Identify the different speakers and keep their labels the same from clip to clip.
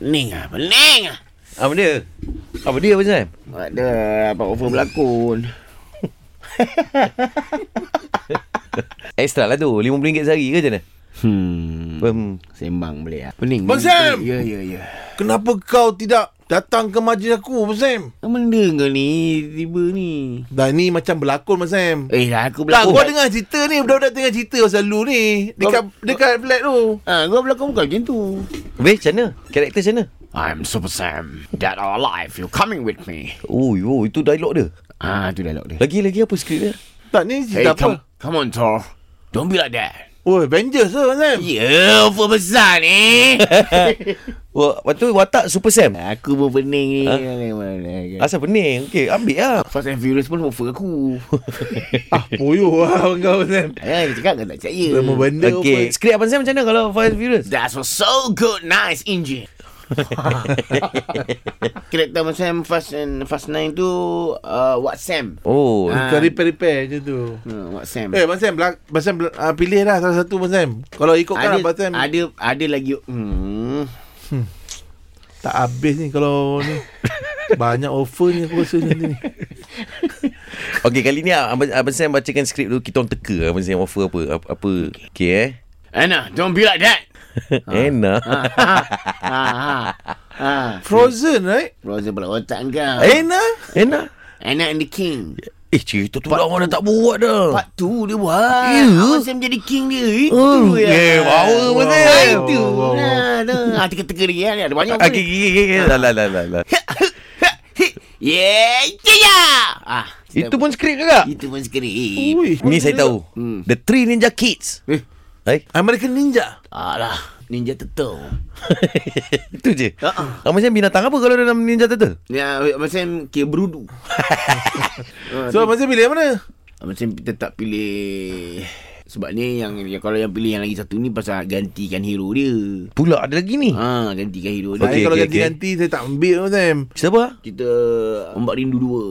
Speaker 1: Pening ah, pening ah.
Speaker 2: Apa dia? Apa dia Abang Sam?
Speaker 1: Ada apa over berlakon.
Speaker 2: Extra lah tu RM50 sehari ke macam mana?
Speaker 1: Hmm.
Speaker 2: Hmm.
Speaker 1: Sembang boleh ah. Pening.
Speaker 3: Bang Sam!
Speaker 1: Ya ya ya.
Speaker 3: Kenapa kau tidak datang ke majlis aku, Abang Sam?
Speaker 1: Apa benda kau ni tiba ni?
Speaker 3: Dah ni macam berlakon, Abang Sam.
Speaker 1: Eh dah aku
Speaker 3: Lah,
Speaker 1: berlakon.
Speaker 3: kau dengar cerita ni. Budak-budak tengah cerita pasal lu ni. Dekat dekat flat tu.
Speaker 1: Ah, kau berlakon bukan macam tu.
Speaker 2: Weh, macam mana? Karakter macam mana?
Speaker 1: I'm Super Sam. Dead or alive, you coming with me.
Speaker 2: Oh, yo, itu dialog dia.
Speaker 1: Ah, tu dialog dia.
Speaker 2: Lagi-lagi apa skrip dia?
Speaker 3: Tak, ni
Speaker 1: Hey,
Speaker 3: cerita
Speaker 1: come,
Speaker 3: apa?
Speaker 1: come on, Thor. Don't be like that.
Speaker 3: Oi, Avengers lah, Abang Sam.
Speaker 1: Ya, apa besar ni?
Speaker 2: Wah, lepas tu watak Super Sam.
Speaker 1: aku pun pening ni. Ha?
Speaker 2: Asal pening. Okey, ambil lah.
Speaker 1: Fast and Furious pun offer aku.
Speaker 3: Ah, boyo lah abang kau, Abang Sam.
Speaker 1: Ya, aku cakap kau tak percaya.
Speaker 3: Lama benda
Speaker 2: Okey,
Speaker 3: apa.
Speaker 2: skrip Abang Sam macam mana kalau Fast and Furious?
Speaker 1: That was so good, nice engine. Karakter macam Fast and Fast 9 tu uh, What Sam.
Speaker 2: Oh,
Speaker 1: Ah.
Speaker 3: Kau repair-repair je tu.
Speaker 1: Uh, what Sam.
Speaker 3: Eh, Abang Sam, belak- Abang Sam bel- ah, pilih lah salah satu, Abang Sam. Kalau ikutkan
Speaker 1: ada,
Speaker 3: Abang Sam,
Speaker 1: ada ada lagi hmm.
Speaker 3: tak habis ni kalau ni. Banyak offer ni aku rasa macam ni.
Speaker 2: Okey kali ni ah, Abang, Abang Sam bacakan skrip tu Kita orang teka lah, Abang Sam offer apa Apa, apa. Okey eh
Speaker 1: Anna, don't be like that.
Speaker 2: Enak
Speaker 1: ha, ha, ha, ha.
Speaker 3: Frozen, right?
Speaker 1: Rosa pula otak kau.
Speaker 3: Eh,
Speaker 2: Enak Enak
Speaker 1: Anna and the King.
Speaker 2: Eh cerita tu dah orang dah tak buat dah
Speaker 1: Part tu dia buat.
Speaker 2: Ya.
Speaker 1: Awak Sam jadi king dia. Itu
Speaker 2: Oh,
Speaker 1: ya.
Speaker 2: eh, power pun Sam.
Speaker 1: Ah, Itu
Speaker 3: Wow, wow, wow.
Speaker 1: lah. tu. Ah, teka-teka lagi kan. Ada banyak.
Speaker 2: Ah, Okey okey okey okey. Lah lah lah lah lah
Speaker 1: Yeah, itu ya. Ah,
Speaker 2: Itu pun skrip juga
Speaker 1: Itu pun skrip.
Speaker 3: Ui,
Speaker 2: Ni saya tahu
Speaker 1: Hmm.
Speaker 2: The Three Ninja Kids
Speaker 1: Eh,
Speaker 2: Eh
Speaker 3: American Ninja.
Speaker 1: alah. Ninja Turtle.
Speaker 2: Itu je
Speaker 1: Ha-ha.
Speaker 2: Abang Sam binatang apa Kalau dalam Ninja Turtle
Speaker 1: Ya, macam kira berudu. Ah,
Speaker 3: So, Abang Sam pilih yang mana?
Speaker 1: Macam kita tak pilih sebab ni yang, yang kalau yang pilih yang lagi satu ni pasal gantikan hero dia.
Speaker 2: Pula ada lagi ni
Speaker 1: Ha, gantikan hero dia.
Speaker 3: Saya
Speaker 2: Okey,
Speaker 3: kalau
Speaker 2: okey,
Speaker 3: ganti-ganti, saya tak ambil, Abang Sam.
Speaker 2: Siapa
Speaker 1: Kita ombak rindu dua.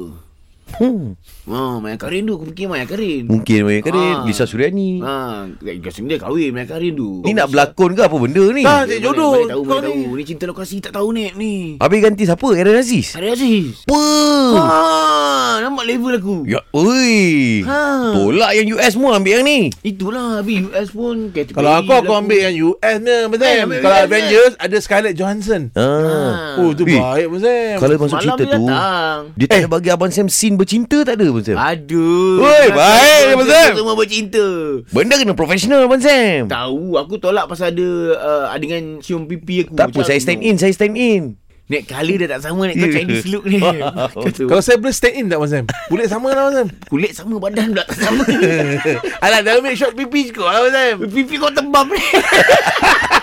Speaker 2: ah? hmm.
Speaker 1: Ha, Maya Karin tu aku fikir Maya Karin.
Speaker 2: Mungkin Maya Karin
Speaker 1: Ah.
Speaker 2: Lisa Suriani
Speaker 1: Ha, Jasim dia kahwin Maya Karin tu.
Speaker 2: Ni nak berlakon ke apa benda ni
Speaker 1: Ah.
Speaker 3: Tak, cik jodoh.
Speaker 1: Mana tahu,
Speaker 3: Kau
Speaker 1: mana
Speaker 3: ni.
Speaker 1: tahu. Ni cinta lokasi tak tahu net ni.
Speaker 2: Habis ganti siapa Aaron Aziz
Speaker 1: Hari Aziz.
Speaker 2: Apa
Speaker 3: Ah.
Speaker 1: Ha, nampak level aku.
Speaker 2: Ya, oi.
Speaker 1: Ha.
Speaker 2: Tolak yang US semua ambil yang ni.
Speaker 1: Itulah habis US pun kategori
Speaker 3: Kalau aku, aku ambil yang US ni, Abang Sam.
Speaker 1: ambil
Speaker 3: Kalau
Speaker 1: US,
Speaker 3: Avengers, ada Scarlett Johansson.
Speaker 2: Ha.
Speaker 1: Ah.
Speaker 3: Oh, tu
Speaker 2: Eh,
Speaker 3: baik, Abang Sam.
Speaker 2: Kalau masuk
Speaker 1: Malam
Speaker 2: cerita
Speaker 1: dia Eh.
Speaker 2: tu,
Speaker 1: datang.
Speaker 2: dia tak ada bagi Abang Sam scene bercinta tak ada, Abang
Speaker 1: Ah.
Speaker 2: Sam?
Speaker 1: Aduh.
Speaker 2: Ya. Oi,
Speaker 1: kenapa
Speaker 2: baik,
Speaker 1: kau
Speaker 2: Abang
Speaker 1: semua-
Speaker 2: Sam.
Speaker 1: Semua bercinta.
Speaker 2: Benda kena profesional, Abang Sam. Tak,
Speaker 1: Tahu, aku tolak pasal ada uh, adegan cium pipi aku.
Speaker 2: apa, saya stand in, Ya. saya stand in.
Speaker 1: Nek kali dah tak sama nek kau Chinese look ni. Kata,
Speaker 3: Kalau saya boleh stand in tak, Abang Sam? Boleh sama lah, Abang Sam.
Speaker 1: kulit sama badan pula tak sama.
Speaker 3: Alah, dah ambil shot pipi cukup lah, Abang Sam.
Speaker 1: pipi kau tebam ni.